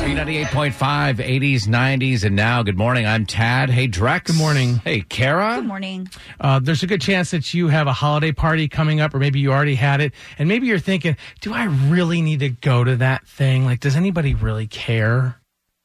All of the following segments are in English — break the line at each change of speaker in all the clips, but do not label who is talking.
B98.5, 80s, 90s, and now. Good morning. I'm Tad. Hey, Drex.
Good morning.
Hey, Kara.
Good morning.
Uh, there's a good chance that you have a holiday party coming up, or maybe you already had it, and maybe you're thinking, "Do I really need to go to that thing? Like, does anybody really care?"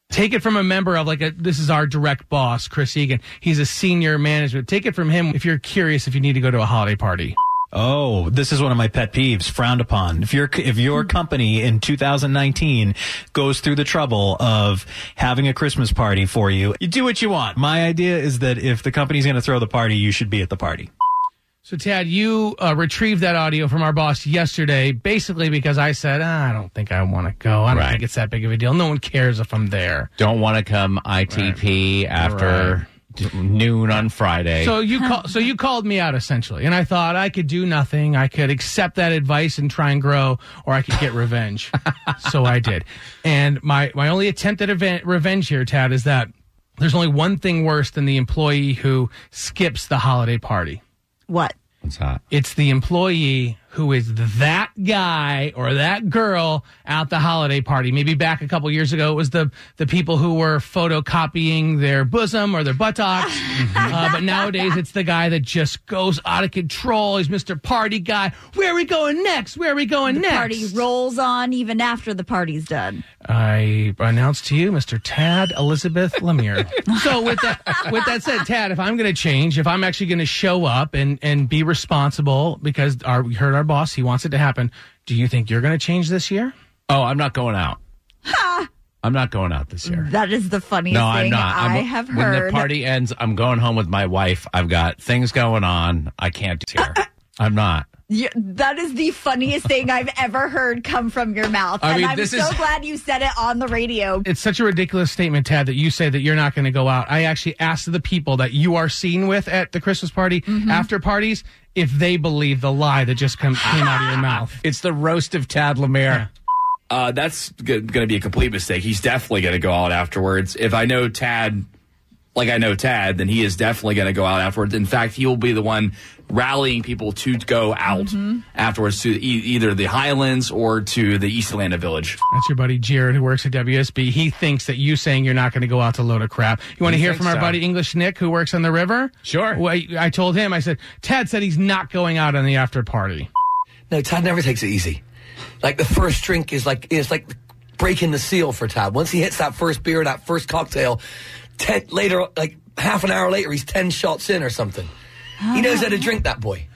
Take it from a member of like a this is our direct boss, Chris Egan. He's a senior management. Take it from him if you're curious if you need to go to a holiday party.
Oh, this is one of my pet peeves. Frowned upon. If your if your company in 2019 goes through the trouble of having a Christmas party for you, you do what you want. My idea is that if the company's going to throw the party, you should be at the party.
So, Tad, you uh, retrieved that audio from our boss yesterday, basically because I said, "Ah, I don't think I want to go. I don't
Right.
think it's that big of a deal. No one cares if I'm there.
Don't want to come ITP after t- noon on Friday.
So you call, so you called me out essentially, and I thought I could do nothing. I could accept that advice and try and grow, or I could get revenge. so I did, and my my only attempt at event, revenge here, Tad, is that there's only one thing worse than the employee who skips the holiday party.
What?
it's hot.
It's the employee who is that guy or that girl at the holiday party. Maybe back a couple years ago, it was the the people who were photocopying their bosom or their buttocks. uh, but nowadays, it's the guy that just goes out of control. He's Mr. Party Guy. Where are we going next? Where are we going next?
Party rolls on even after the party's done.
I announce to you, Mr. Tad Elizabeth Lemire. so with that, with that said, Tad, if I'm going to change, if I'm actually going to show up and and be responsible, because our we heard our boss, he wants it to happen. Do you think you're going to change this year?
Oh, I'm not going out. I'm not going out this year.
That is the funniest
No,
thing
I'm not. I'm-
I have
When
heard.
the party ends, I'm going home with my wife. I've got things going on. I can't do here. I'm not.
You- that is the funniest thing I've ever heard come from your mouth.
I
and
mean,
I'm
this
so
is-
glad you said it on the radio.
It's such a ridiculous statement, Tad, that you say that you're not going to go out. I actually asked the people that you are seen with at the Christmas party, after parties, if they believe the lie that just come, came out of your mouth.
It's the roast of Tad Lemire.
Uh, that's going to be a complete mistake. He's definitely going to go out afterwards. If I know Tad, like I know Tad, then he is definitely going to go out afterwards. In fact, he will be the one rallying people to go out afterwards to e- either the Highlands or to the East Atlanta Village.
That's your buddy Jared, who works at WSB. He thinks that you saying you're not going to go out's a load of crap. You want to
He
hear
thinks
from our
so.
buddy English Nick, who works on the river?
Sure.
Well, I, I told him, I said, Ted said he's not going out on the after party.
No, Todd never takes it easy. Like the first drink is like it's like breaking the seal for Todd. Once he hits that first beer, that first cocktail, ten, later, like half an hour later, he's ten shots in or something. He knows how to drink that boy.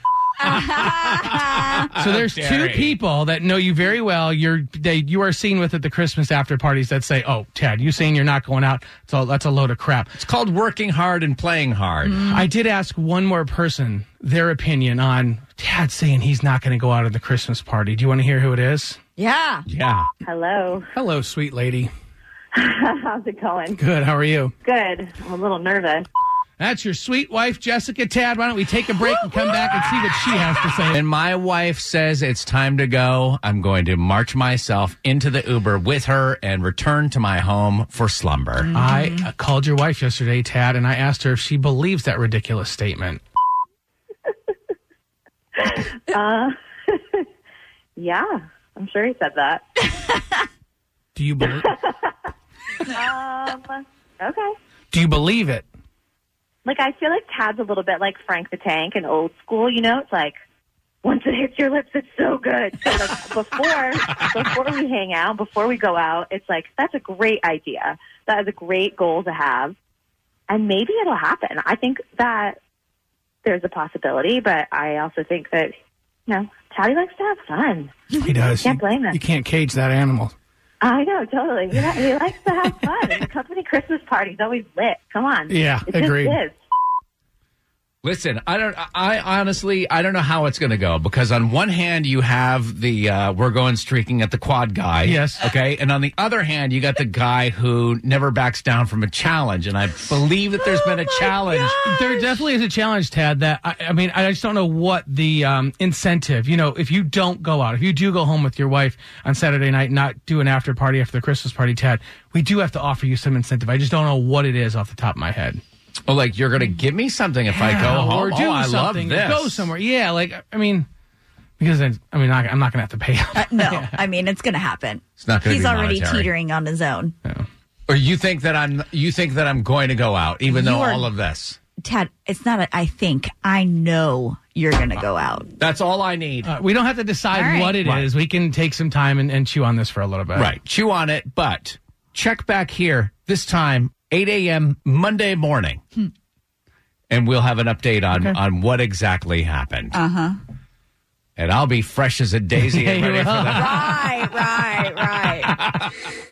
So
Uh,
there's two
Jerry.
people that know you very well. You're they you are seen with at the Christmas after parties that say, "Oh, Ted, you saying you're not going out? So that's a load of crap."
It's called working hard and playing hard.
Mm.
I did ask one more person their opinion on Tad saying he's not going to go out at the Christmas party. Do you want to hear who it is?
Yeah.
Yeah.
Hello.
Hello, sweet lady.
How's it going?
Good. How are you?
Good. I'm a little nervous.
That's your sweet wife, Jessica Tad. Why don't we take a break and come back and see what she has to say?
When my wife says it's time to go, I'm going to march myself into the Uber with her and return to my home for slumber.
I
Mm-hmm.
uh, called your wife yesterday, Tad, and I asked her if she believes that ridiculous statement.
Yeah, I'm sure he said that.
Do you believe?
Um, okay.
do you believe it?
Like, I feel like Tad's a little bit like Frank the Tank in old school, you know? It's like, once it hits your lips, it's so good. So, like, before, before we hang out, before we go out, it's like, that's a great idea. That is a great goal to have. And maybe it'll happen. I think that there's a possibility, but I also think that, you know, Taddy likes to have fun.
He does.
Can't blame him.
You can't cage that animal.
I know, totally. Yeah, he likes to have fun. And the company Christmas party's always lit. Come on.
Yeah,
it
agreed.
Just is.
Listen, I don't. I honestly, I don't know how it's going to go because on one hand you have the uh, we're going streaking at the quad guy,
Yes.
okay, and on the other hand you got the guy who never backs down from a challenge, and I believe that there's
Oh
been a challenge.
There definitely is a challenge, Tad. That I, I mean, I just don't know what the um, incentive. You know, if you don't go out, if you do go home with your wife on Saturday night, and not do an after party after the Christmas party, Tad, we do have to offer you some incentive. I just don't know what it is off the top of my head.
Oh, like you're going to give me something if I go
Yeah,
home.
or do
oh, I love
something, or
this.
go somewhere. Yeah, like I mean, because then, I mean, I, I'm not gonna have to pay.
Uh, no, I mean it's going to happen. It's
not gonna
He's
be
already
monetary.
teetering on his own.
Or you think that I'm you think that I'm going to go out even though
You are-
all of this.
Ted, it's not. A, I think I know you're going to go out.
That's all I need.
Uh, we don't have to decide
All right.
what it is.
Right.
We can take some time and, and chew on this for a little bit.
Right. Chew on it, but check back here this time, 8 a.m. Monday morning. And we'll have an update on, on what exactly happened. Uh huh. And I'll be fresh as a daisy and ready for that.
Right, right, right.